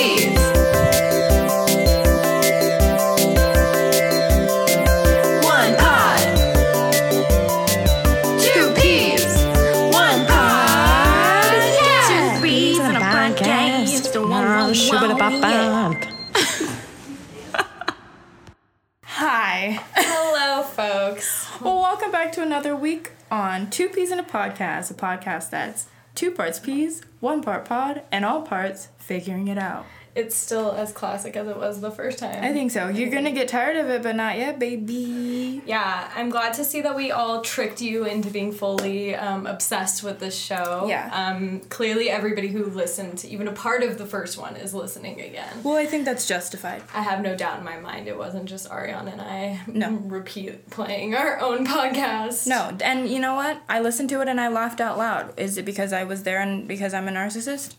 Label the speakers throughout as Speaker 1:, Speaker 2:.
Speaker 1: peas. One pod. Two peas. One pod. Two peas and a podcast. One, one, one, yeah.
Speaker 2: Hi.
Speaker 3: Hello, folks.
Speaker 2: Well, welcome back to another week on Two Peas in a Podcast, a podcast that's two parts peas, one part pod, and all parts figuring it out.
Speaker 3: It's still as classic as it was the first time.
Speaker 2: I think so. You're gonna get tired of it, but not yet, baby.
Speaker 3: Yeah, I'm glad to see that we all tricked you into being fully um, obsessed with this show.
Speaker 2: Yeah.
Speaker 3: Um, clearly, everybody who listened to even a part of the first one is listening again.
Speaker 2: Well, I think that's justified.
Speaker 3: I have no doubt in my mind it wasn't just Ariana and I
Speaker 2: No.
Speaker 3: repeat playing our own podcast.
Speaker 2: No, and you know what? I listened to it and I laughed out loud. Is it because I was there and because I'm a narcissist?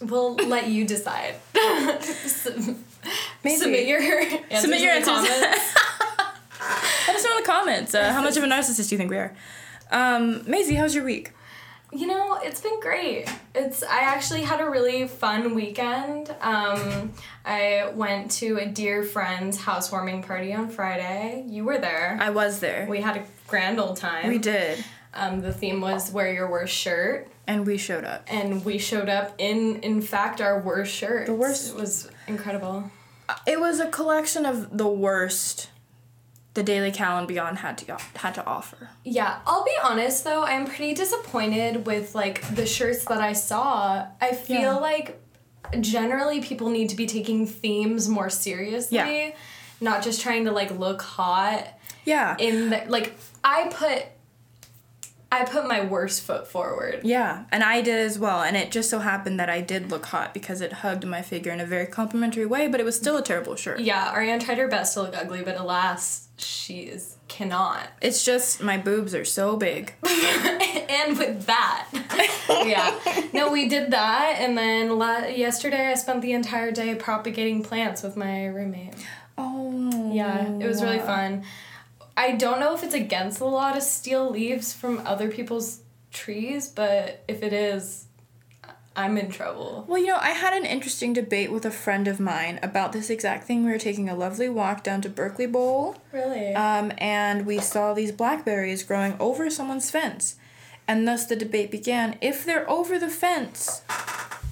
Speaker 3: We'll let you decide.
Speaker 2: Maybe.
Speaker 3: Submit your answers.
Speaker 2: Submit your
Speaker 3: in the
Speaker 2: answers.
Speaker 3: comments.
Speaker 2: Let us know in the comments uh, how much of a narcissist you think we are. Um, Maisie, how's your week?
Speaker 3: You know, it's been great. It's I actually had a really fun weekend. Um, I went to a dear friend's housewarming party on Friday. You were there.
Speaker 2: I was there.
Speaker 3: we had a grand old time.
Speaker 2: we did,
Speaker 3: Um, the theme was wear your worst shirt,
Speaker 2: and we showed up.
Speaker 3: and we showed up in in fact our worst shirt. The
Speaker 2: worst-
Speaker 3: It was incredible.
Speaker 2: It was a collection of the worst the Daily Cal and Beyond had to had to offer.
Speaker 3: Yeah, I'll be honest though, I'm pretty disappointed with like the shirts that I saw. I feel
Speaker 2: Yeah.
Speaker 3: like generally people need to be taking themes more seriously,
Speaker 2: Yeah.
Speaker 3: not just trying to like look hot
Speaker 2: Yeah.
Speaker 3: in the like I put I put my worst foot forward.
Speaker 2: yeah, and I did as well, and it just so happened that I did look hot because it hugged my figure in a very complimentary way, but it was still a terrible shirt.
Speaker 3: Yeah, Ariane tried her best to look ugly, but alas, she is cannot.
Speaker 2: It's just my boobs are so big.
Speaker 3: and with that yeah no we did that and then la- yesterday i spent the entire day propagating plants with my roommate
Speaker 2: Oh.
Speaker 3: yeah it was really fun i don't know if it's against the law to steal leaves from other people's trees but if it is i'm in trouble
Speaker 2: Well, you know, I had an interesting debate with a friend of mine about this exact thing. We were taking a lovely walk down to Berkeley Bowl.
Speaker 3: really
Speaker 2: Um, and we saw these blackberries growing over someone's fence. And thus the debate began if they're over the fence,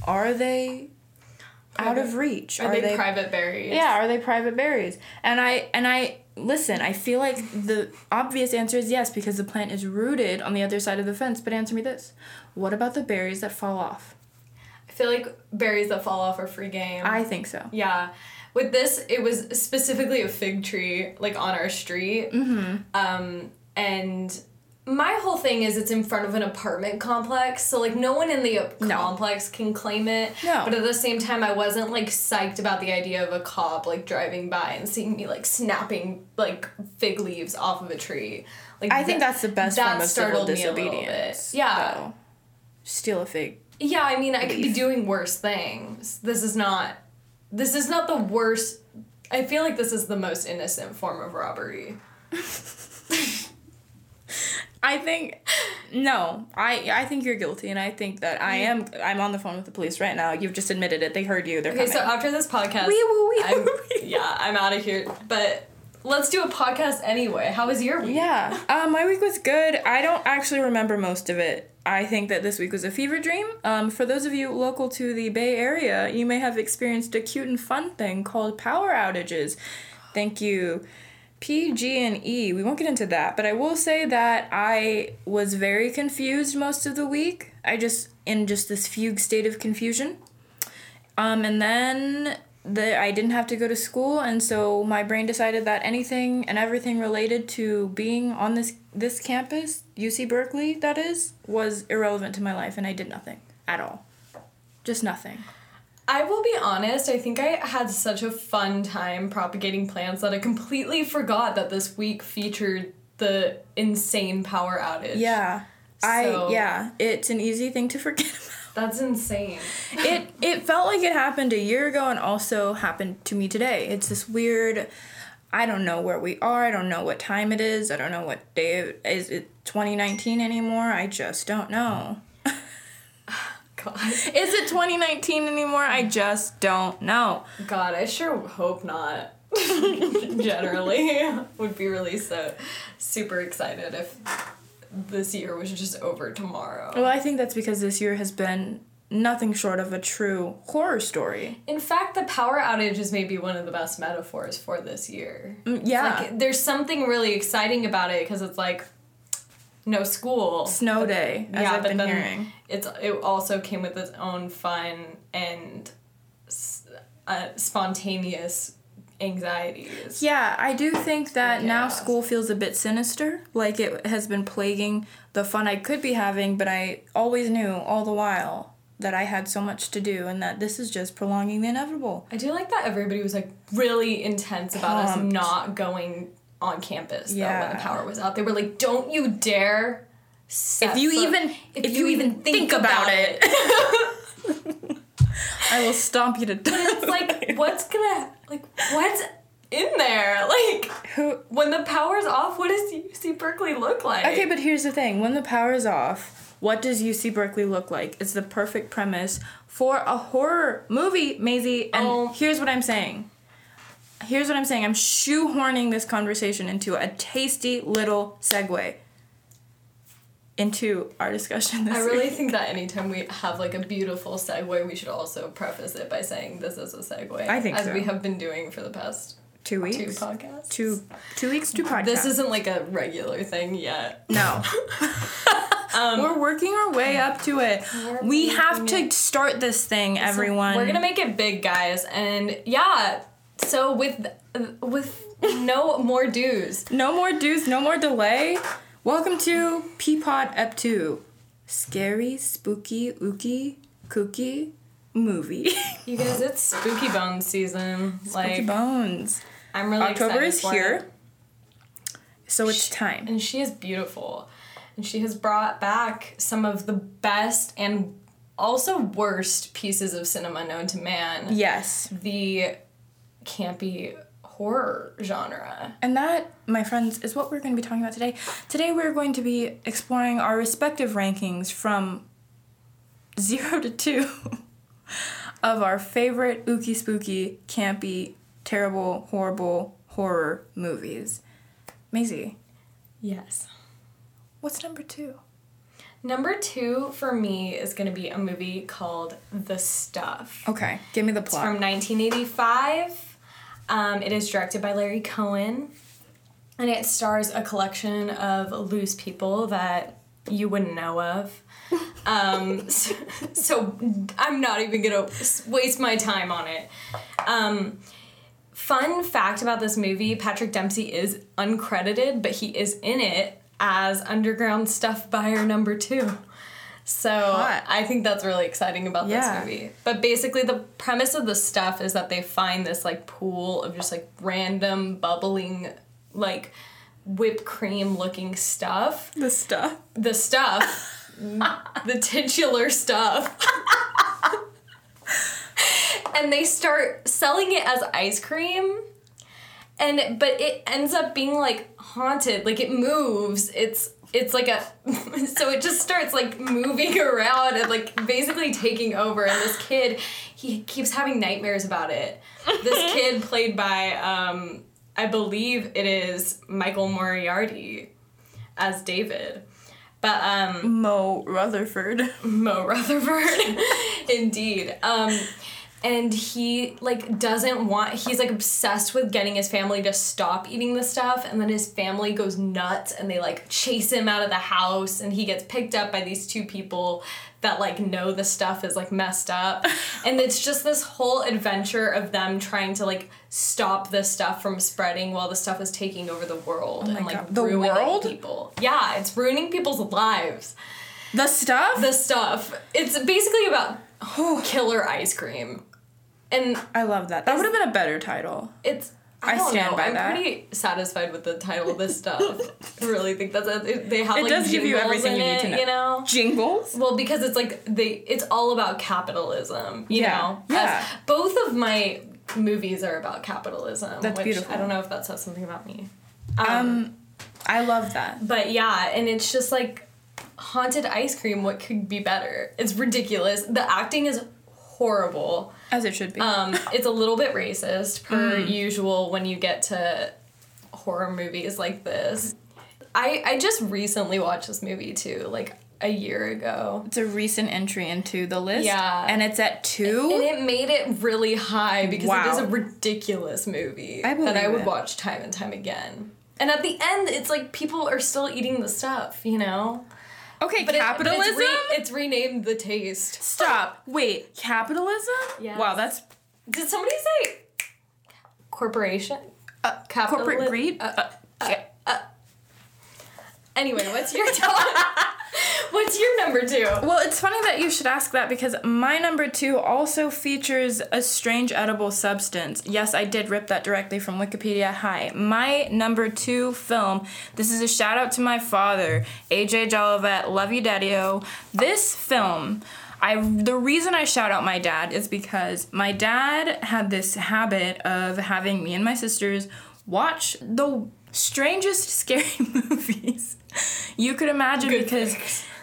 Speaker 2: are they out of reach?
Speaker 3: are, they, private berries
Speaker 2: Yeah, are they private berries? And I and I listen, I feel like the obvious answer is yes because the plant is rooted on the other side of the fence, but answer me this. What about the berries that fall off?
Speaker 3: i feel like berries that fall off are free game
Speaker 2: I think so.
Speaker 3: Yeah. With this, it was specifically a fig tree, like on our street. Mm-hmm. Um, and my whole thing is it's in front of an apartment complex, so like no one in the ap-
Speaker 2: No.
Speaker 3: complex can claim it.
Speaker 2: No.
Speaker 3: But at the same time, I wasn't like psyched about the idea of a cop like driving by and seeing me like snapping like fig leaves off of a tree. Like
Speaker 2: I think
Speaker 3: that-
Speaker 2: that's the best
Speaker 3: that
Speaker 2: form of civil
Speaker 3: startled me a little bit.
Speaker 2: disobedience.
Speaker 3: Yeah.
Speaker 2: though. Steal a fig.
Speaker 3: Yeah, I mean, I could be doing worse things. This is not. This is not the worst. I feel like this is the most innocent form of robbery.
Speaker 2: I think no. I I think you're guilty, and I think that I am. I'm on the phone with the police right now. You've just admitted it. They heard you. They're
Speaker 3: Mm. Okay, so
Speaker 2: coming.
Speaker 3: after this podcast,
Speaker 2: Wee woo wee
Speaker 3: I'm,
Speaker 2: woo wee.
Speaker 3: yeah, I'm out of here. But let's do a podcast anyway. How was your week?
Speaker 2: yeah, um, my week was good. I don't actually remember most of it. I think that this week was a fever dream. Um, for those of you local to the Bay Area, you may have experienced a cute and fun thing called power outages. Thank you. PG&E. E. We won't get into that, but I will say that I was very confused most of the week. I just in just this fugue state of confusion. Um, and then the I didn't have to go to school, and so my brain decided that anything and everything related to being on this this campus, UC Berkeley, that is, was irrelevant to my life, and I did nothing at all, just nothing.
Speaker 3: I will be honest, I think I had such a fun time propagating plants that I completely forgot that this week featured the insane power outage.
Speaker 2: Yeah, I
Speaker 3: So-
Speaker 2: yeah, it's an easy thing to forget. about.
Speaker 3: That's insane.
Speaker 2: it it felt like it happened a year ago, and also happened to me today. It's this weird. I don't know where we are. I don't know what time it is. I don't know what day it is. It 2019 anymore. I just don't know.
Speaker 3: God.
Speaker 2: Is it 2019 anymore? I just don't know.
Speaker 3: God, I sure hope not. Generally, would be really so super excited if this year was just over tomorrow.
Speaker 2: Well, I think that's because this year has been nothing short of a true horror story.
Speaker 3: In fact, the power outage is maybe one of the best metaphors for this year.
Speaker 2: Mm, Yeah.
Speaker 3: Like, there's something really exciting about it because it's like no school.
Speaker 2: Snow day, as I've been
Speaker 3: then
Speaker 2: hearing.
Speaker 3: It's it also came with its own fun and s- uh, spontaneous anxieties.
Speaker 2: Yeah, I do think that now
Speaker 3: Yeah.
Speaker 2: school feels a bit sinister. Like it has been plaguing the fun I could be having, but I always knew all the while that I had so much to do and that this is just prolonging the inevitable.
Speaker 3: I do like that everybody was like really intense about us
Speaker 2: Pumped.
Speaker 3: not going on campus though when
Speaker 2: Yeah.
Speaker 3: the power was out. They were like, "Don't you dare!" set
Speaker 2: If you
Speaker 3: foot-
Speaker 2: even if, you, even think, about, it, I will stomp you to death.
Speaker 3: it's like what's gonna like what's in there like
Speaker 2: Who
Speaker 3: when the power's off? What does UC Berkeley look like?
Speaker 2: Okay, but here's the thing. When the power is off, what does UC Berkeley look like? It's the perfect premise for a horror movie, Maisie. And
Speaker 3: Oh.
Speaker 2: here's what I'm saying. Here's what I'm saying. I'm shoehorning this conversation into a tasty little segue into our discussion this
Speaker 3: I really
Speaker 2: week.
Speaker 3: think that anytime we have like a beautiful segue, we should also preface it by saying this is a segue.
Speaker 2: I think
Speaker 3: as
Speaker 2: so.
Speaker 3: we have been doing for the past
Speaker 2: two
Speaker 3: two
Speaker 2: weeks.
Speaker 3: podcasts.
Speaker 2: Two two weeks, two podcasts.
Speaker 3: This isn't like a regular thing yet.
Speaker 2: No. We're working our way up to it. We have to start this thing, everyone.
Speaker 3: We're gonna make it big, guys, and yeah. So with with no more dues.
Speaker 2: No more dues, no more delay. Welcome to Peapod Ep 2. Scary, spooky, ooky, kooky movie.
Speaker 3: You guys, it's spooky bones season.
Speaker 2: Spooky
Speaker 3: like
Speaker 2: bones.
Speaker 3: I'm really
Speaker 2: October
Speaker 3: excited
Speaker 2: is
Speaker 3: for
Speaker 2: here.
Speaker 3: it.
Speaker 2: So it's time.
Speaker 3: and she is beautiful and she has brought back some of the best and also worst pieces of cinema known to man
Speaker 2: Yes.
Speaker 3: the campy horror genre
Speaker 2: And that, my friends, is what we're going to be talking about today. Today we're going to be exploring our respective rankings from 0 to 2 of our favorite ooky spooky, campy, terrible, horrible horror movies. Maisie,
Speaker 3: yes
Speaker 2: What's number two?
Speaker 3: number two for me is going to be a movie called the stuff
Speaker 2: Okay, give me the plot.
Speaker 3: from 1985. Um, it is directed by Larry Cohen, and it stars a collection of loose people that you wouldn't know of. Um, so, so I'm not even gonna s- waste my time on it. Um, fun fact about this movie: Patrick Dempsey is uncredited, but he is in it as underground stuff buyer number two. So
Speaker 2: Hot.
Speaker 3: I think that's really exciting about
Speaker 2: Yeah.
Speaker 3: this movie. But basically, the premise of the stuff is that they find this like pool of just like random bubbling, like whipped cream looking stuff.
Speaker 2: the stuff.
Speaker 3: The stuff, the titular stuff. and they start selling it as ice cream. And but it ends up being like haunted, like it moves. It's it's like a so it just starts like moving around and like basically taking over. And this kid, he keeps having nightmares about it. This kid played by um, I believe it is Michael Moriarty as David. But um
Speaker 2: Mo Rutherford.
Speaker 3: Mo Rutherford. Indeed. Um, and he like doesn't want he's like obsessed with getting his family to stop eating the stuff and then his family goes nuts and they like chase him out of the house and he gets picked up by these two people that like know the stuff is like messed up and it's just this whole adventure of them trying to like stop the stuff from spreading while the stuff is taking over the world and like
Speaker 2: Oh God. The
Speaker 3: ruining
Speaker 2: world?
Speaker 3: people yeah it's ruining people's lives
Speaker 2: The stuff?
Speaker 3: the stuff. It's basically about killer ice cream, and
Speaker 2: I love that. That would have been a better title.
Speaker 3: it's. I,
Speaker 2: I
Speaker 3: don't
Speaker 2: stand
Speaker 3: know.
Speaker 2: by
Speaker 3: I'm
Speaker 2: that.
Speaker 3: pretty satisfied with the title of this stuff. I really think that's a, it- they have
Speaker 2: It
Speaker 3: like
Speaker 2: does give you
Speaker 3: jingles
Speaker 2: everything
Speaker 3: in
Speaker 2: you need
Speaker 3: it,
Speaker 2: to know.
Speaker 3: You know.
Speaker 2: Jingles?
Speaker 3: Well, because it's like they, it's all about capitalism. You
Speaker 2: Yeah.
Speaker 3: know.
Speaker 2: Yeah.
Speaker 3: As- both of my movies are about capitalism.
Speaker 2: That's
Speaker 3: which
Speaker 2: beautiful.
Speaker 3: I don't know if that says something about me.
Speaker 2: Um, I love that.
Speaker 3: But yeah, and it's just like haunted ice cream. What could be better? It's ridiculous. The acting is horrible.
Speaker 2: As it should be.
Speaker 3: Um, it's a little bit racist, per
Speaker 2: Mm-hmm.
Speaker 3: usual, when you get to horror movies like this. I, I just recently watched this movie too, like a year ago.
Speaker 2: it's a recent entry into the list.
Speaker 3: Yeah.
Speaker 2: And it's at two.
Speaker 3: And it made it really high because it is
Speaker 2: Wow.
Speaker 3: a ridiculous movie
Speaker 2: I
Speaker 3: that I
Speaker 2: believe
Speaker 3: would
Speaker 2: it.
Speaker 3: watch time and time again. And at the end, it's like people are still eating the stuff, you know?
Speaker 2: okay,
Speaker 3: But it- but
Speaker 2: capitalism.
Speaker 3: it's, re- it's renamed the taste.
Speaker 2: Stop. Wait, capitalism?
Speaker 3: Yes.
Speaker 2: Wow, that's
Speaker 3: Did somebody say corporation?
Speaker 2: uh, corporate
Speaker 3: Capitali-
Speaker 2: greed.
Speaker 3: uh,
Speaker 2: Uh, ca-
Speaker 3: Anyway, what's your what's your number two?
Speaker 2: Well, it's funny that you should ask that because my number two also features a strange edible substance. Yes, I did rip that directly from Wikipedia. Hi. My number two film, this is a shout out to my father, AJ Jolivet, Love You Daddy O. This film. I the reason I shout out my dad is because my dad had this habit of having me and my sisters watch the strangest scary movies you could imagine
Speaker 3: Good
Speaker 2: because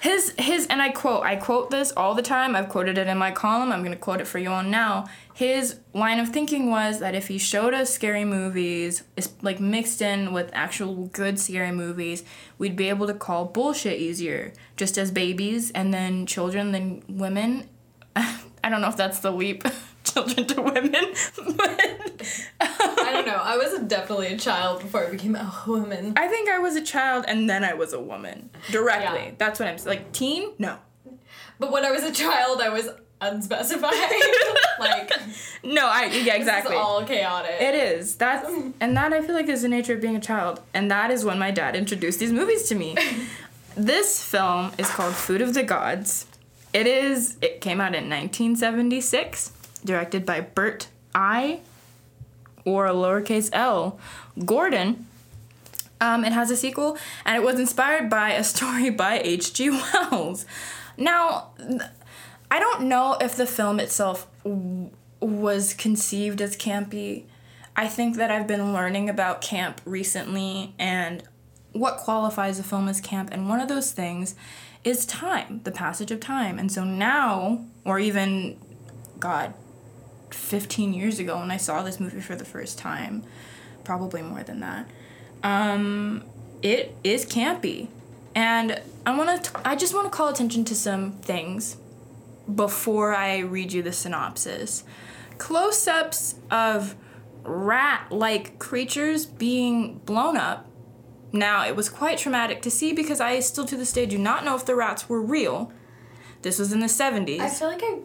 Speaker 2: his his and I quote I quote this all the time. I've quoted it in my column. I'm going to quote it for you on now. His line of thinking was that if he showed us scary movies, is like mixed in with actual good scary movies, we'd be able to call bullshit easier. Just as babies and then children, then women. I don't know if that's the leap, children to women, but
Speaker 3: I don't know. I was definitely a child before I became a woman.
Speaker 2: I think I was a child and then I was a woman directly.
Speaker 3: Yeah.
Speaker 2: That's what I'm saying. Like teen, no.
Speaker 3: But when I was a child, I was unspecified. like
Speaker 2: No, I yeah exactly.
Speaker 3: it's all chaotic.
Speaker 2: It is. That's and that I feel like is the nature of being a child. And that is when my dad introduced these movies to me. this film is called Food of the Gods. It is it came out in 1976, directed by Bert I or a lowercase L Gordon. Um, it has a sequel, and it was inspired by a story by H.G. Wells. Now, th- I don't know if the film itself w- was conceived as campy. I think that I've been learning about camp recently and what qualifies a film as camp, and one of those things is time, the passage of time. And so now, or even, God, 15 years ago when I saw this movie for the first time, probably more than that. Um, it is campy, and I want to. I just want to call attention to some things before I read you the synopsis. Close ups of rat like creatures being blown up. Now, it was quite traumatic to see because I still to this day do not know if the rats were real. This was in the 70s.
Speaker 3: I feel like I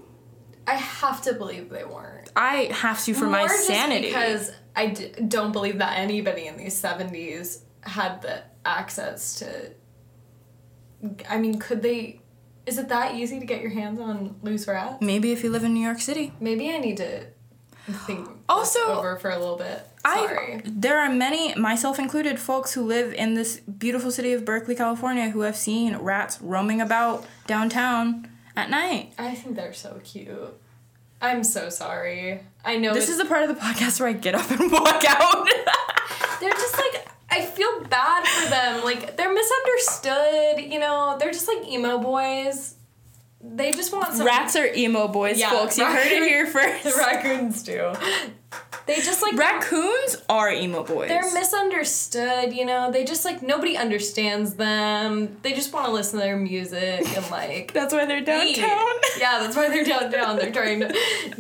Speaker 3: I have to believe they weren't.
Speaker 2: I have to for my
Speaker 3: More just
Speaker 2: sanity.
Speaker 3: because I d- don't believe that anybody in these 70s had the access to I mean, could they is it that easy to get your hands on loose rats?
Speaker 2: Maybe if you live in New York City.
Speaker 3: Maybe I need to think this
Speaker 2: Also,
Speaker 3: over for a little bit. Sorry.
Speaker 2: I there are many, myself included, folks who live in this beautiful city of Berkeley, California, who have seen rats roaming about downtown at night.
Speaker 3: I think they're so cute. I'm so sorry. I know
Speaker 2: This
Speaker 3: it's-
Speaker 2: is the part of the podcast where I get up and walk out.
Speaker 3: they're just like I feel bad for them. Like they're misunderstood, you know. They're just like emo boys. They just want some
Speaker 2: rats are emo boys,
Speaker 3: Yeah,
Speaker 2: folks. You heard it
Speaker 3: raccoon-
Speaker 2: here
Speaker 3: The
Speaker 2: first.
Speaker 3: raccoons do. They just like
Speaker 2: Raccoons are emo boys.
Speaker 3: they're misunderstood, you know. They just like nobody understands them. They just want to listen to their music and like
Speaker 2: That's why they're
Speaker 3: eat.
Speaker 2: downtown.
Speaker 3: Yeah, that's why they're downtown. They're trying to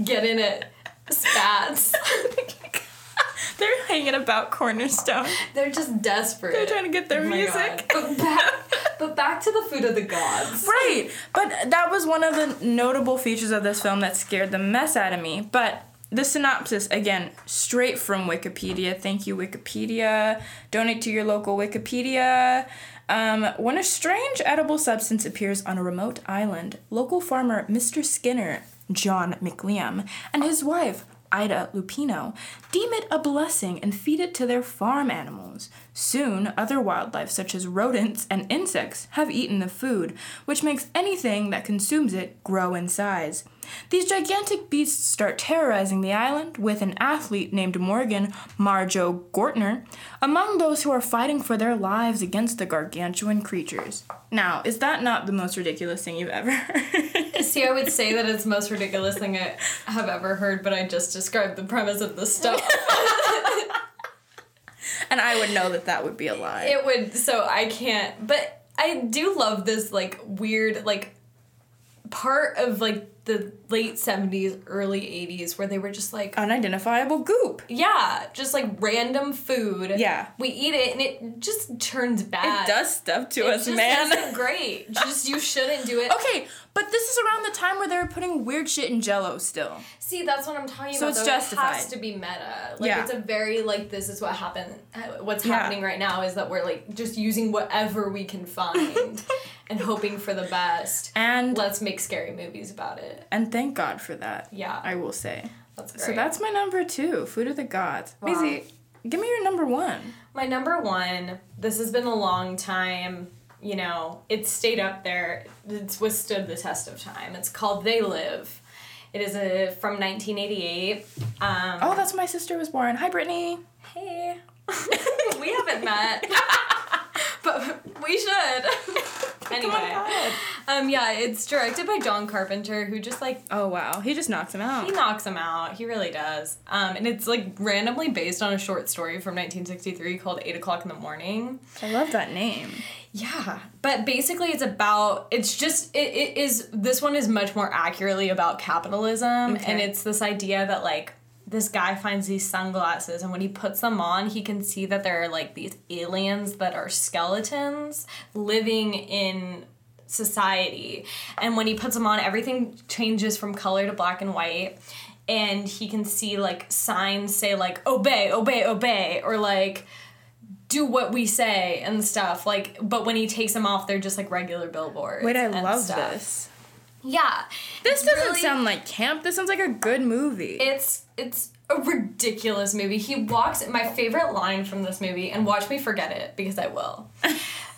Speaker 3: get in it. Spats.
Speaker 2: they're hanging about Cornerstone.
Speaker 3: They're just desperate.
Speaker 2: They're trying to get their
Speaker 3: Oh my
Speaker 2: music.
Speaker 3: God. But back, but back to the food of the gods.
Speaker 2: Right. But that was one of the notable features of this film that scared the mess out of me. But the synopsis, again, straight from Wikipedia. Thank you, Wikipedia. Donate to your local Wikipedia. Um, when a strange edible substance appears on a remote island, local farmer Mr. Skinner, John McLeam, and his wife, Ida Lupino, deem it a blessing and feed it to their farm animals. Soon, other wildlife such as rodents and insects have eaten the food, which makes anything that consumes it grow in size. These gigantic beasts start terrorizing the island with an athlete named Morgan Marjo Gortner among those who are fighting for their lives against the gargantuan creatures. Now, is that not the most ridiculous thing you've ever heard?
Speaker 3: See, I would say that it's the most ridiculous thing I have ever heard, but I just described the premise of the stuff.
Speaker 2: and I would know that that would be a lie.
Speaker 3: it would, so I can't. But I do love this, like, weird, like, part of, like, the late 70s, early 80s, where they were just like,
Speaker 2: Unidentifiable goop.
Speaker 3: yeah, just like random food.
Speaker 2: Yeah.
Speaker 3: We eat it and it just turns bad.
Speaker 2: It does stuff to
Speaker 3: It
Speaker 2: us,
Speaker 3: just
Speaker 2: man.
Speaker 3: isn't great. Just you shouldn't do it.
Speaker 2: Okay, but this is around the time where they were putting weird shit in jello still.
Speaker 3: See, that's what I'm talking
Speaker 2: So
Speaker 3: about.
Speaker 2: it's
Speaker 3: though. It has
Speaker 2: justified.
Speaker 3: to be meta. Like
Speaker 2: Yeah.
Speaker 3: it's a very like this is what happened. What's
Speaker 2: Yeah.
Speaker 3: happening right now is that we're like just using whatever we can find and hoping for the best.
Speaker 2: And
Speaker 3: Let's make scary movies about it.
Speaker 2: and thank God for that.
Speaker 3: Yeah.
Speaker 2: I will say.
Speaker 3: That's great.
Speaker 2: So that's my number two, Food of the Gods.
Speaker 3: Wow.
Speaker 2: Maisie, give me your number one.
Speaker 3: my number one. This has been a long time. You know, it's stayed up there. It's withstood the test of time. It's called They Live. It is a from 1988. Um,
Speaker 2: Oh, that's when my sister was born. Hi, Brittany.
Speaker 3: Hey. we haven't met. but we should. anyway. Um yeah, it's directed by John Carpenter who just like
Speaker 2: Oh wow, he just knocks him out.
Speaker 3: he knocks him out. He really does. Um and it's like randomly based on a short story from 1963 called 8 o'clock in the morning.
Speaker 2: I love that name.
Speaker 3: Yeah, but basically, it's about it's just it, it is this one is much more accurately about capitalism,
Speaker 2: Okay.
Speaker 3: and it's this idea that like this guy finds these sunglasses, and when he puts them on, he can see that there are like these aliens that are skeletons living in society, and when he puts them on, everything changes from color to black and white. And he can see like signs say like obey, obey, obey, or like do what we say and stuff. Like, but when he takes them off, they're just like regular billboards.
Speaker 2: Wait, I
Speaker 3: and
Speaker 2: love
Speaker 3: stuff.
Speaker 2: this.
Speaker 3: Yeah,
Speaker 2: This
Speaker 3: It's
Speaker 2: doesn't
Speaker 3: really-
Speaker 2: sound like camp. This sounds like a good movie.
Speaker 3: It's it's a ridiculous movie. He walks. My favorite line from this movie, and watch me forget it because I will.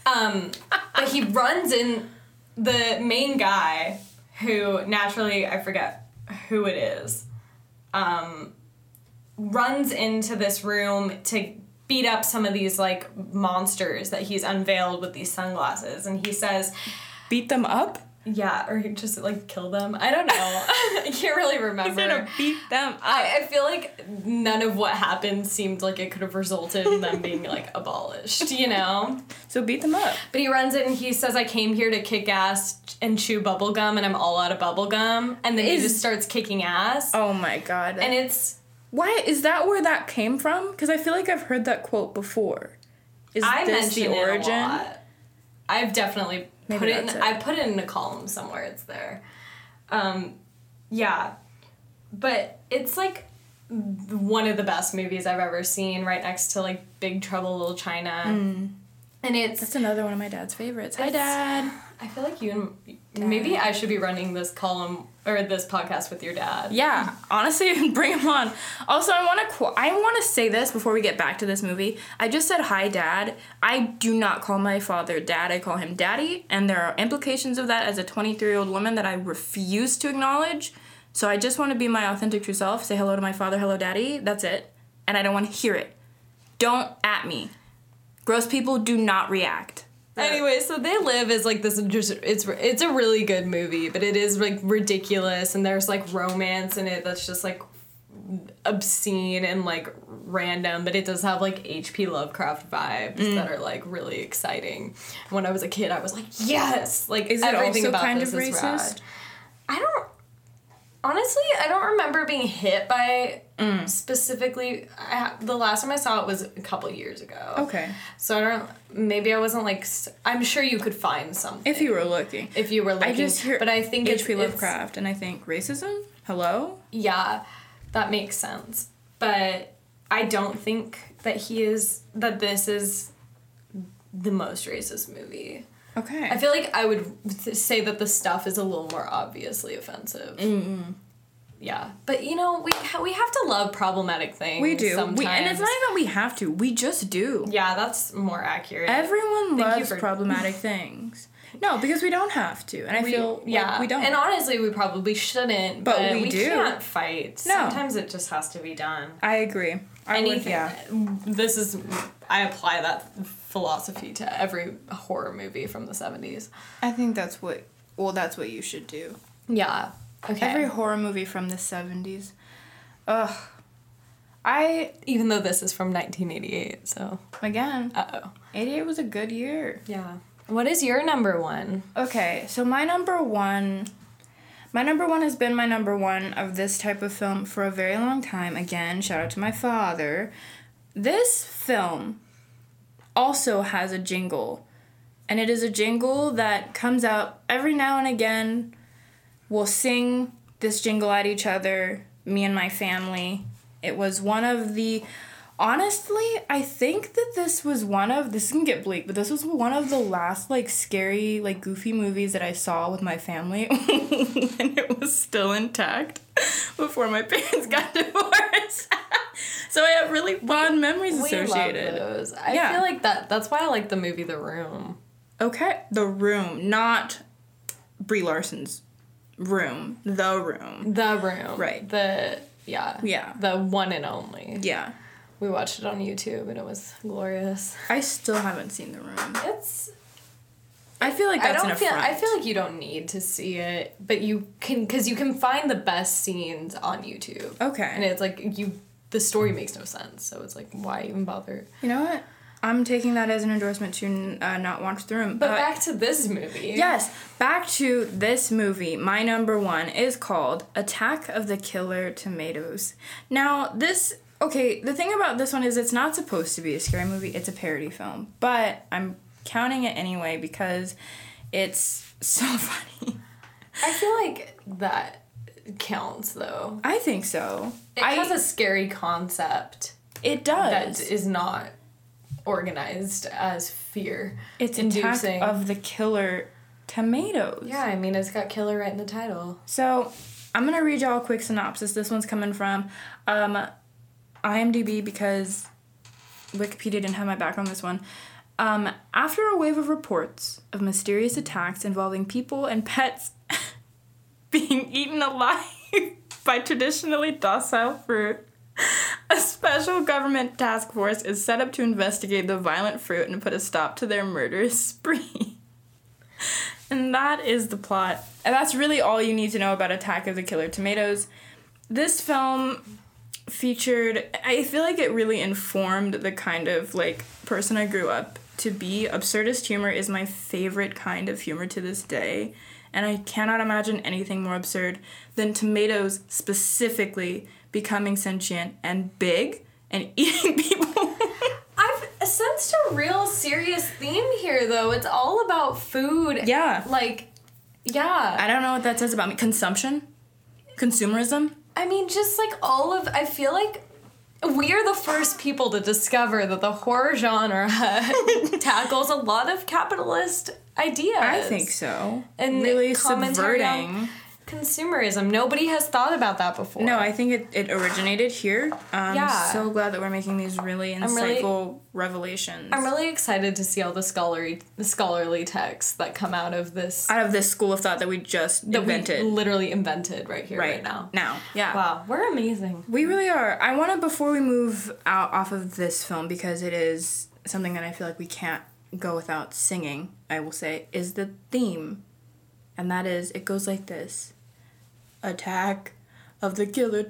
Speaker 3: um, but he runs in the main guy, who naturally I forget who it is. Um, runs into this room to beat up some of these like monsters that he's unveiled with these sunglasses, and he says.
Speaker 2: Beat them up.
Speaker 3: Yeah, or just like kill them. I don't know. I can't really remember.
Speaker 2: We're gonna beat them up.
Speaker 3: I, I feel like none of what happened seemed like it could have resulted in them being like abolished, you know?
Speaker 2: So beat them up.
Speaker 3: But he runs in and he says, I came here to kick ass and chew bubblegum and I'm all out of bubblegum. And then he
Speaker 2: Is-
Speaker 3: just starts kicking ass.
Speaker 2: Oh my god.
Speaker 3: And it's,
Speaker 2: Why is that where that came from? Because I feel like I've heard that quote before. Is
Speaker 3: I
Speaker 2: this
Speaker 3: mentioned
Speaker 2: the
Speaker 3: it a
Speaker 2: origin?
Speaker 3: lot. I've definitely
Speaker 2: Maybe
Speaker 3: put it in,
Speaker 2: that's it.
Speaker 3: I put it in a column somewhere. It's there. Um, yeah. But it's like one of the best movies I've ever seen, right next to like Big Trouble Little China. And it's
Speaker 2: That's another one of my dad's favorites. Hi,
Speaker 3: It's-
Speaker 2: Dad.
Speaker 3: I feel like you and maybe I should be running this column or this podcast with your dad.
Speaker 2: Yeah, honestly, bring him on. Also, I want to qu- I want to say this before we get back to this movie. I just said hi, Dad. I do not call my father Dad. I call him Daddy, and there are implications of that as a 23 year old woman that I refuse to acknowledge. So I just want to be my authentic true self. Say hello to my father. Hello, Daddy. That's it, and I don't want to hear it. Don't at me. Gross people do not react.
Speaker 3: Anyway, so they live is like this just it's it's a really good movie, but it is like ridiculous and there's like romance in it that's just like obscene and like random, but it does have like H.P. Lovecraft vibes
Speaker 2: Mm.
Speaker 3: that are like really exciting. When I was a kid, I was like, yes, like
Speaker 2: Is it
Speaker 3: everything
Speaker 2: also
Speaker 3: about
Speaker 2: kind
Speaker 3: this
Speaker 2: of
Speaker 3: is
Speaker 2: racist?
Speaker 3: rad. I don't honestly i don't remember being hit by
Speaker 2: Mm.
Speaker 3: specifically I, ha- the last time i saw it was a couple years ago
Speaker 2: Okay,
Speaker 3: so i don't maybe i wasn't like s- i'm sure you could find something
Speaker 2: if you were looking.
Speaker 3: if you were looking
Speaker 2: I just hear
Speaker 3: but i think it's-
Speaker 2: H.P.
Speaker 3: it's-
Speaker 2: Lovecraft, and I think racism. Hello.
Speaker 3: yeah that makes sense but i don't think that he is that this is the most racist movie
Speaker 2: Okay.
Speaker 3: i feel like i would th- say that the stuff is a little more obviously offensive yeah but you know we ha- we have to love problematic things
Speaker 2: We do.
Speaker 3: sometimes.
Speaker 2: We, and it's not even that we have to. We just do.
Speaker 3: yeah that's more accurate
Speaker 2: Everyone
Speaker 3: Thank you
Speaker 2: loves
Speaker 3: for-
Speaker 2: problematic things. No, because we don't have to, and I
Speaker 3: We-
Speaker 2: feel like
Speaker 3: yeah,
Speaker 2: we don't.
Speaker 3: And honestly, we probably shouldn't.
Speaker 2: But
Speaker 3: But,
Speaker 2: we
Speaker 3: we,
Speaker 2: do.
Speaker 3: can't fight.
Speaker 2: No.
Speaker 3: Sometimes it just has to be done.
Speaker 2: I agree. I would,
Speaker 3: Anything.
Speaker 2: yeah.
Speaker 3: This is. I apply that philosophy to every horror movie from the seventies.
Speaker 2: I think that's what. Well, that's what you should do.
Speaker 3: Yeah. Okay.
Speaker 2: Every horror movie from the seventies. Ugh. I
Speaker 3: Even though this is from 1988, so.
Speaker 2: again.
Speaker 3: Uh oh.
Speaker 2: Eighty eight was a good year.
Speaker 3: Yeah. What is your number one?
Speaker 2: Okay, so my number one. My number one has been my number one of this type of film for a very long time. Again, shout out to my father. This film also has a jingle, and it is a jingle that comes out every now and again. We'll sing this jingle at each other, me and my family. It was one of the. Honestly, I think that this was one of this can get bleak, but this was one of the last like scary, like goofy movies that I saw with my family when it was still intact before my parents got divorced. so I have really fond memories associated.
Speaker 3: We love those. I
Speaker 2: Yeah.
Speaker 3: feel like that. That's why I like the movie The Room.
Speaker 2: Okay, the room, not Brie Larson's room, the room.
Speaker 3: The Room.
Speaker 2: Right.
Speaker 3: The yeah.
Speaker 2: Yeah.
Speaker 3: The one and only.
Speaker 2: Yeah,
Speaker 3: We watched it on YouTube and it was glorious.
Speaker 2: I still haven't seen the room.
Speaker 3: It's.
Speaker 2: I feel like
Speaker 3: I
Speaker 2: that's
Speaker 3: don't
Speaker 2: an
Speaker 3: feel.
Speaker 2: affront.
Speaker 3: I feel like you don't need to see it, but you can because you can find the best scenes on YouTube.
Speaker 2: Okay.
Speaker 3: And it's like you. The story makes no sense, so it's like why even bother?
Speaker 2: You know what? I'm taking that as an endorsement to uh, not watch the room.
Speaker 3: But back to this movie.
Speaker 2: Yes, back to this movie. My number one is called Attack of the Killer Tomatoes. Now, this, okay, the thing about this one is it's not supposed to be a scary movie, it's a parody film. But I'm counting it anyway because it's so funny.
Speaker 3: I feel like that counts though.
Speaker 2: I think so.
Speaker 3: It
Speaker 2: I,
Speaker 3: has a scary concept
Speaker 2: it
Speaker 3: that
Speaker 2: does.
Speaker 3: is not organized as fear.
Speaker 2: it's Attack of the Killer Tomatoes.
Speaker 3: yeah, I mean it's got killer right in the title.
Speaker 2: So I'm gonna read y'all a quick synopsis. This one's coming from um, IMDb because Wikipedia didn't have my back on this one. Um, after a wave of reports of mysterious attacks involving people and pets being eaten alive by traditionally docile fruit, a special government task force is set up to investigate the violent fruit and put a stop to their murderous spree. And that is the plot. And that's really all you need to know about Attack of the Killer Tomatoes. This film featured, I feel like it really informed the kind of like person I grew up to be. Absurdist humor is my favorite kind of humor to this day. And I cannot imagine anything more absurd than tomatoes specifically becoming sentient and big and eating people.
Speaker 3: I've sensed a real serious theme here though. It's all about food.
Speaker 2: Yeah.
Speaker 3: Like yeah.
Speaker 2: I don't know what that says about me. Consumption? Consumerism?
Speaker 3: I mean, just like all of, I feel like we are the first people to discover that the horror genre tackles a lot of capitalist ideas.
Speaker 2: I think so.
Speaker 3: And
Speaker 2: really
Speaker 3: commentary
Speaker 2: subverting.
Speaker 3: on consumerism. Nobody has thought about that before.
Speaker 2: No, I think it, it originated here. I'm
Speaker 3: Yeah.
Speaker 2: so glad that we're making these really
Speaker 3: really-
Speaker 2: insightful revelations
Speaker 3: I'm really excited to see all the scholarly the scholarly texts that come out of this
Speaker 2: out of this school of thought that we just
Speaker 3: that we
Speaker 2: invented
Speaker 3: literally invented right here, right,
Speaker 2: right
Speaker 3: now.
Speaker 2: Now, yeah.
Speaker 3: Wow, we're amazing.
Speaker 2: We really are. I want to, before we move out off of this film, because it is something that I feel like we can't go without singing, I will say, is the theme. And that is, it goes like this Attack of the Killer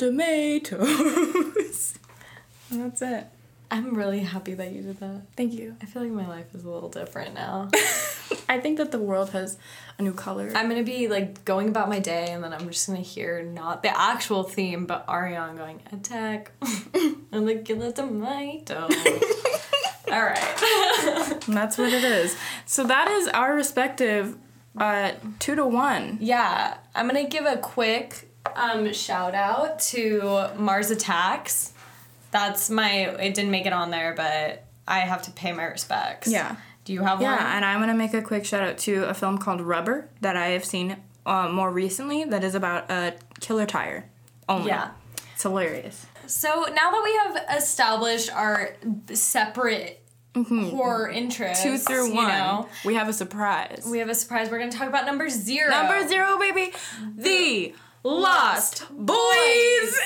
Speaker 2: Tomatoes. and that's it.
Speaker 3: I'm really happy that you did that.
Speaker 2: Thank you.
Speaker 3: I feel like my life is a little different now.
Speaker 2: I think that the world has a new color.
Speaker 3: I'm gonna be like going about my day, and then I'm just gonna hear not the actual theme, but Ariana going attack. I'm like kill it tomato. All right.
Speaker 2: And that's what it is. So that is our respective uh, two to one.
Speaker 3: Yeah, I'm gonna give a quick um, shout out to Mars Attacks. That's my. It didn't make it on there, but I have to pay my respects.
Speaker 2: Yeah.
Speaker 3: Do you have one?
Speaker 2: Yeah, Uh, and I'm gonna make a quick shout out to a film called Rubber that I have seen uh, more recently that is about a killer tire only.
Speaker 3: Yeah.
Speaker 2: It's hilarious.
Speaker 3: So now that we have established our separate core interests.
Speaker 2: Mm-hmm. Two through
Speaker 3: you
Speaker 2: one.
Speaker 3: know.
Speaker 2: We have a surprise.
Speaker 3: We have a surprise. We're gonna talk about number zero.
Speaker 2: Number zero, baby. The Lost Boys.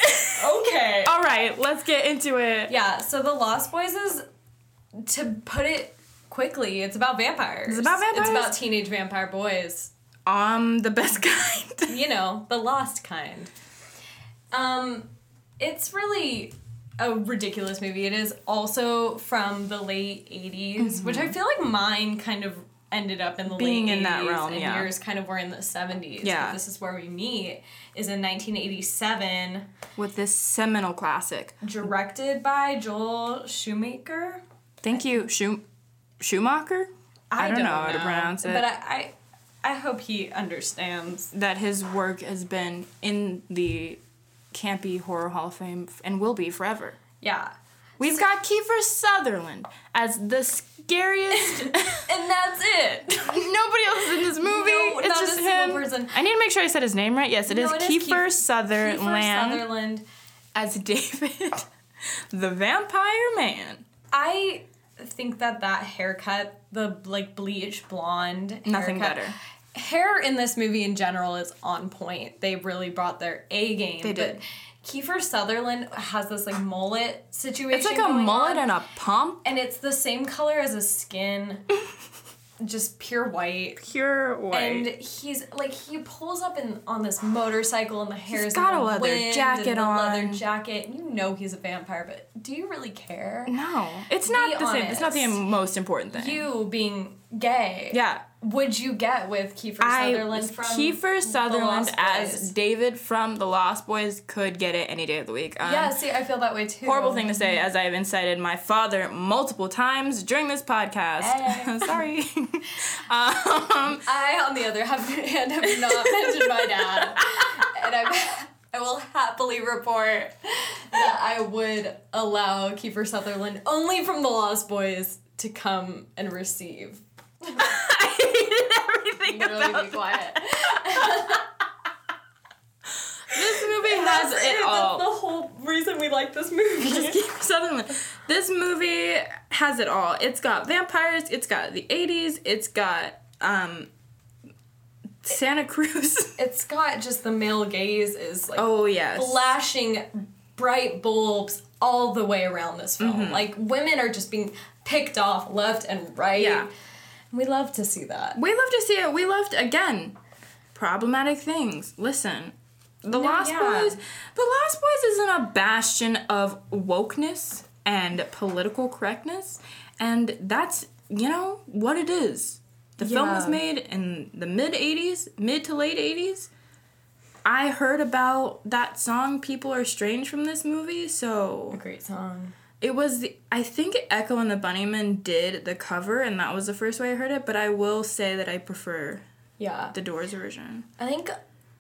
Speaker 3: Okay.
Speaker 2: All right, let's get into it.
Speaker 3: yeah. So the Lost Boys is, to put it quickly, it's about vampires.
Speaker 2: It's about
Speaker 3: It's about
Speaker 2: vampires.
Speaker 3: teenage vampire boys.
Speaker 2: Um, the best kind.
Speaker 3: You know, the lost kind. Um, it's really a ridiculous movie. It is also from the late '80s, which I feel like mine kind of ended up in the
Speaker 2: Mm-hmm. Being
Speaker 3: late
Speaker 2: in that
Speaker 3: 80s,
Speaker 2: realm,
Speaker 3: and
Speaker 2: yeah.
Speaker 3: yours kind of were in the 70s. but
Speaker 2: Yeah.
Speaker 3: this is where we meet. Is in 1987.
Speaker 2: With this seminal classic.
Speaker 3: directed by Joel Schumacher.
Speaker 2: Thank you, Schum- Schumacher. I don't know how to pronounce it.
Speaker 3: but I, I, I hope he understands.
Speaker 2: That his work has been in the campy horror hall of fame f- and will be forever.
Speaker 3: Yeah,
Speaker 2: We've got Kiefer Sutherland as the scariest.
Speaker 3: and that's it.
Speaker 2: Nobody else is in this movie.
Speaker 3: No,
Speaker 2: it's
Speaker 3: not a
Speaker 2: just
Speaker 3: single
Speaker 2: him.
Speaker 3: person.
Speaker 2: I need to make sure I said his name right. Yes, it
Speaker 3: No,
Speaker 2: is
Speaker 3: it is Kiefer-
Speaker 2: Kiefer
Speaker 3: Kiefer
Speaker 2: Sutherland
Speaker 3: Kiefer Sutherland.
Speaker 2: as David, the Vampire Man.
Speaker 3: I think that that haircut, the like bleach blonde,
Speaker 2: Nothing
Speaker 3: haircut-
Speaker 2: better.
Speaker 3: Hair in this movie in general is on point. They really brought their A game.
Speaker 2: They
Speaker 3: but
Speaker 2: did.
Speaker 3: Kiefer Sutherland has this like mullet situation.
Speaker 2: It's like a
Speaker 3: going
Speaker 2: mullet
Speaker 3: on.
Speaker 2: and a pump.
Speaker 3: and it's the same color as his skin just pure white
Speaker 2: Pure white.
Speaker 3: and he's like he pulls up in on this motorcycle and the hair
Speaker 2: He's
Speaker 3: is
Speaker 2: got
Speaker 3: in
Speaker 2: a
Speaker 3: the
Speaker 2: leather
Speaker 3: wind and
Speaker 2: jacket
Speaker 3: the leather
Speaker 2: on.
Speaker 3: jacket and you know he's a vampire but do you really care
Speaker 2: no, it's not the same. It's not the
Speaker 3: honest.
Speaker 2: most important thing.
Speaker 3: you being gay
Speaker 2: yeah.
Speaker 3: would you get with Kiefer
Speaker 2: I
Speaker 3: Sutherland from
Speaker 2: Kiefer
Speaker 3: The
Speaker 2: Sutherland
Speaker 3: Lost
Speaker 2: as
Speaker 3: Boys?
Speaker 2: David from The Lost Boys could get it any day of the week. Um,
Speaker 3: yeah see I feel that way too
Speaker 2: horrible thing to say as I have incited my father multiple times during this podcast.
Speaker 3: Hey.
Speaker 2: Sorry. um,
Speaker 3: I on the other have, hand have not mentioned my dad and I, I will happily report that I would allow Kiefer Sutherland only from the Lost Boys to come and receive.
Speaker 2: I hated everything about
Speaker 3: Literally be quiet.
Speaker 2: this movie has
Speaker 3: That's
Speaker 2: it
Speaker 3: That's
Speaker 2: all.
Speaker 3: the whole reason we like this movie.
Speaker 2: Just keep Sutherland. This movie has it all. It's got vampires. It's got the '80s. It's got um, Santa Cruz.
Speaker 3: it's got just the male gaze is like
Speaker 2: oh yes.
Speaker 3: flashing bright bulbs all the way around this film.
Speaker 2: Mm-hmm.
Speaker 3: Like women are just being picked off left and right.
Speaker 2: Yeah.
Speaker 3: We love to see that.
Speaker 2: We love to see it. We loved again. Problematic things. Listen, the Lost
Speaker 3: yeah.
Speaker 2: Boys. The Lost Boys isn't a bastion of wokeness and political correctness, and that's you know what it is. The film was
Speaker 3: Yeah.
Speaker 2: made in the mid '80s, mid to late '80s. I heard about that song "People Are Strange" from this movie, so
Speaker 3: Great song.
Speaker 2: it was the, I think Echo and the Bunnymen did the cover and that was the first way I heard it, but I will say that I prefer
Speaker 3: Yeah.
Speaker 2: the Doors version.
Speaker 3: I think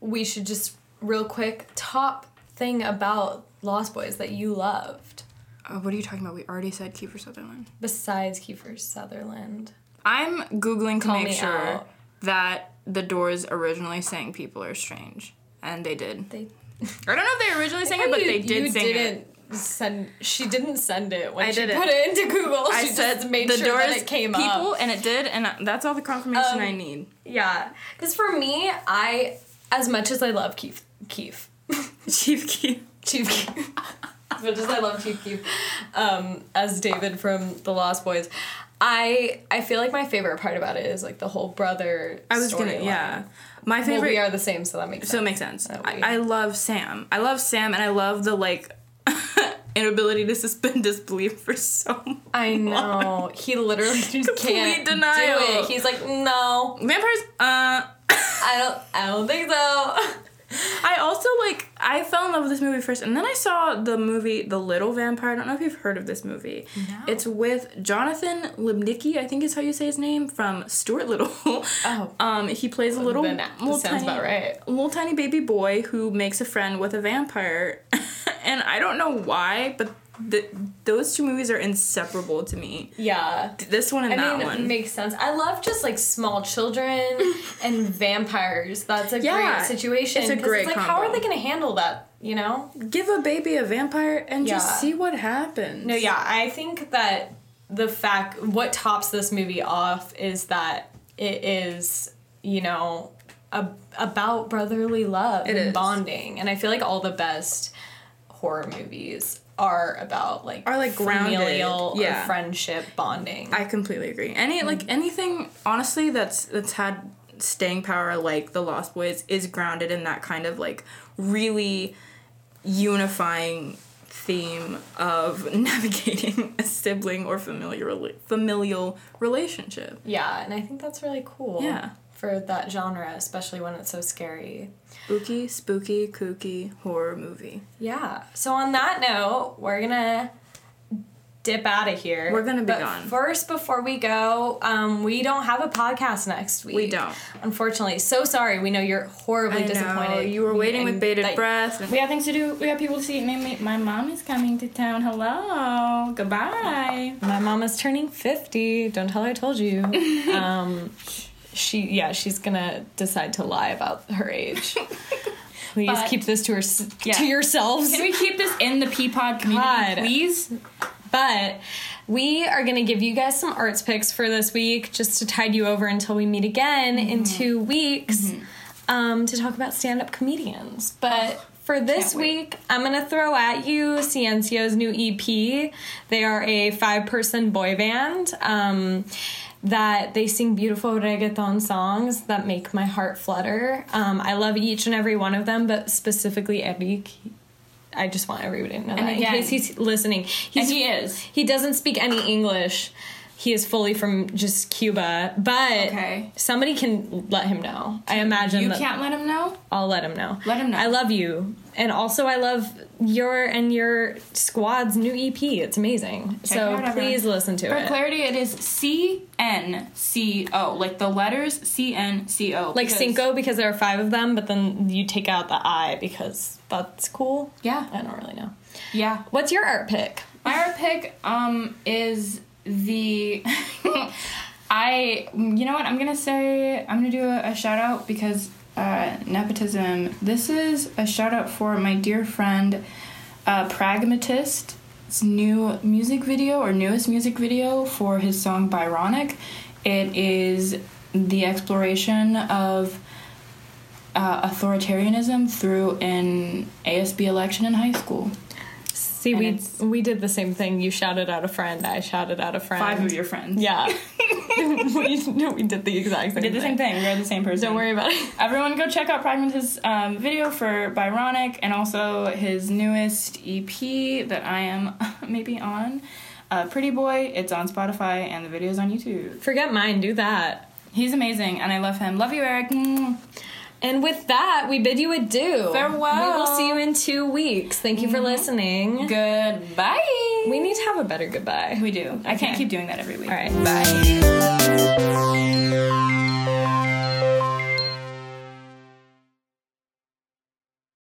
Speaker 3: we should just real quick top thing about Lost Boys that you loved
Speaker 2: Oh, what are you talking about? We already said Kiefer Sutherland.
Speaker 3: besides Kiefer Sutherland.
Speaker 2: I'm googling to
Speaker 3: Call
Speaker 2: make
Speaker 3: me
Speaker 2: sure
Speaker 3: out.
Speaker 2: that the Doors originally sang "People Are Strange," and they did.
Speaker 3: They
Speaker 2: I don't know if they originally sang it, but
Speaker 3: You-
Speaker 2: they did
Speaker 3: you
Speaker 2: sing it.
Speaker 3: didn't Send she didn't send it when
Speaker 2: I
Speaker 3: she
Speaker 2: didn't.
Speaker 3: put it into Google.
Speaker 2: I
Speaker 3: she
Speaker 2: said
Speaker 3: just made
Speaker 2: the
Speaker 3: sure
Speaker 2: Doors
Speaker 3: that it came
Speaker 2: people,
Speaker 3: up.
Speaker 2: and it did, and uh, that's all the confirmation
Speaker 3: Um,
Speaker 2: I need.
Speaker 3: Yeah, because for me, I as much as I love Keith, Keith,
Speaker 2: Chief Keef.
Speaker 3: Chief Keef. As much as I love Chief Keef, um, as David from The Lost Boys, I I feel like my favorite part about it is like the whole brother.
Speaker 2: I was gonna,
Speaker 3: storyline.
Speaker 2: yeah. My
Speaker 3: Well,
Speaker 2: favorite
Speaker 3: we are the same, so that
Speaker 2: So
Speaker 3: makes
Speaker 2: it
Speaker 3: sense.
Speaker 2: makes sense.
Speaker 3: That we-
Speaker 2: I, I love Sam. I love Sam, and I love the like inability to suspend disbelief for so. Long.
Speaker 3: I know he literally just
Speaker 2: Complete
Speaker 3: can't
Speaker 2: denial.
Speaker 3: do it. He's like, no,
Speaker 2: Vampires. Uh,
Speaker 3: I don't, I don't think so.
Speaker 2: I also like. I fell in love with this movie first, and then I saw the movie The Little Vampire. I don't know if you've heard of this movie.
Speaker 3: No.
Speaker 2: It's with Jonathan Libnicki. I think is how you say his name from Stuart Little.
Speaker 3: Oh.
Speaker 2: Um, he plays a little.
Speaker 3: Then that
Speaker 2: little
Speaker 3: sounds about right.
Speaker 2: little tiny baby boy who makes a friend with a vampire. and I don't know why, but th- those two movies are inseparable to me.
Speaker 3: Yeah.
Speaker 2: This one and
Speaker 3: I
Speaker 2: that
Speaker 3: mean,
Speaker 2: one.
Speaker 3: makes sense. I love just like small children and vampires. That's a
Speaker 2: Yeah,
Speaker 3: great situation.
Speaker 2: it's a
Speaker 3: 'cause
Speaker 2: great
Speaker 3: like, how
Speaker 2: combo.
Speaker 3: are they going to handle that? You know?
Speaker 2: Give a baby a vampire and
Speaker 3: Yeah.
Speaker 2: just see what happens.
Speaker 3: No, yeah, I think that the fact what tops this movie off is that it is you know a, about brotherly love
Speaker 2: It
Speaker 3: and
Speaker 2: is.
Speaker 3: bonding and i feel like all the best horror movies are about like
Speaker 2: Are, like, grounded.
Speaker 3: familial or
Speaker 2: Yeah.
Speaker 3: friendship bonding
Speaker 2: I completely agree. Any like anything honestly that's that's had staying power like The Lost Boys is grounded in that kind of like really unifying theme of navigating a sibling or familial familial relationship.
Speaker 3: yeah and i think that's really cool
Speaker 2: Yeah.
Speaker 3: for that genre especially when it's so scary
Speaker 2: Spooky, spooky, kooky horror movie.
Speaker 3: Yeah. So on that note, we're gonna dip out of here.
Speaker 2: We're gonna be
Speaker 3: But
Speaker 2: gone.
Speaker 3: First, before we go, um, we don't have a podcast next week.
Speaker 2: don't.
Speaker 3: Unfortunately, so sorry. We know you're horribly disappointed.
Speaker 2: You were waiting with
Speaker 3: And
Speaker 2: bated
Speaker 3: that-
Speaker 2: breath. We have things to do. We have people to see. Maybe my mom is coming to town. Hello. Goodbye.
Speaker 3: My mom is turning fifty. Don't tell her I told you. um, she yeah, she's gonna decide to lie about her age. Please
Speaker 2: But-
Speaker 3: keep this to her
Speaker 2: Yeah.
Speaker 3: to yourselves.
Speaker 2: Can we keep this in the Peapod community,
Speaker 3: God.
Speaker 2: please?
Speaker 3: But we are going to give you guys some arts picks for this week just to tide you over until we meet again
Speaker 2: Mm-hmm.
Speaker 3: in two weeks um, to talk about stand up comedians. But for this
Speaker 2: Oh, wait.
Speaker 3: week, I'm going to throw at you Ciencio's new EP. They are a five person boy band. Um, that they sing beautiful reggaeton songs that make my heart flutter. Um, I love each and every one of them, but specifically Eric. I just want everybody to know that
Speaker 2: again-
Speaker 3: in case he's listening. He's
Speaker 2: And he is.
Speaker 3: he doesn't speak any English. He is fully from just Cuba, but
Speaker 2: Okay.
Speaker 3: somebody can let him know. I imagine
Speaker 2: You
Speaker 3: that
Speaker 2: can't let him know?
Speaker 3: I'll let him know.
Speaker 2: Let him know.
Speaker 3: I love you, and also I love your and your squad's new EP. It's amazing.
Speaker 2: it
Speaker 3: so
Speaker 2: out, everyone.
Speaker 3: please listen to
Speaker 2: For
Speaker 3: it.
Speaker 2: clarity, it is C N C O, like the letters C N C O.
Speaker 3: like
Speaker 2: because-
Speaker 3: Cinco because there are five of them, but then you take out the I because that's cool.
Speaker 2: Yeah,
Speaker 3: I don't really know.
Speaker 2: yeah.
Speaker 3: What's your art pick?
Speaker 2: My art pick um is the I you know what I'm gonna say I'm gonna do a, a shout out because uh, nepotism. This is a shout out for my dear friend uh, Pragmatist's new music video or newest music video for his song Byronic. It is the exploration of uh, authoritarianism through an ASB election in high school.
Speaker 3: See,
Speaker 2: And
Speaker 3: we
Speaker 2: it's-
Speaker 3: we did the same thing. You shouted out a friend. I shouted out a friend.
Speaker 2: Five of your friends.
Speaker 3: Yeah. we, no, we did the exact same
Speaker 2: We did the same
Speaker 3: thing.
Speaker 2: thing. We are the same person.
Speaker 3: Don't worry about it.
Speaker 2: Everyone, go check out Pragmatist's um, video for Byronic and also his newest EP that I am maybe on. Uh, Pretty Boy. It's on Spotify and the video's on YouTube.
Speaker 3: Forget mine, do that.
Speaker 2: He's amazing and I love him. Love you, Eric. Mm.
Speaker 3: And with that, we bid you adieu.
Speaker 2: Farewell.
Speaker 3: We will see you in two weeks. Thank you for listening.
Speaker 2: Goodbye.
Speaker 3: We need to have a better Mm-hmm. goodbye.
Speaker 2: We do. I
Speaker 3: Okay.
Speaker 2: can't keep doing that every week.
Speaker 3: All right.
Speaker 2: Bye.
Speaker 1: Bye.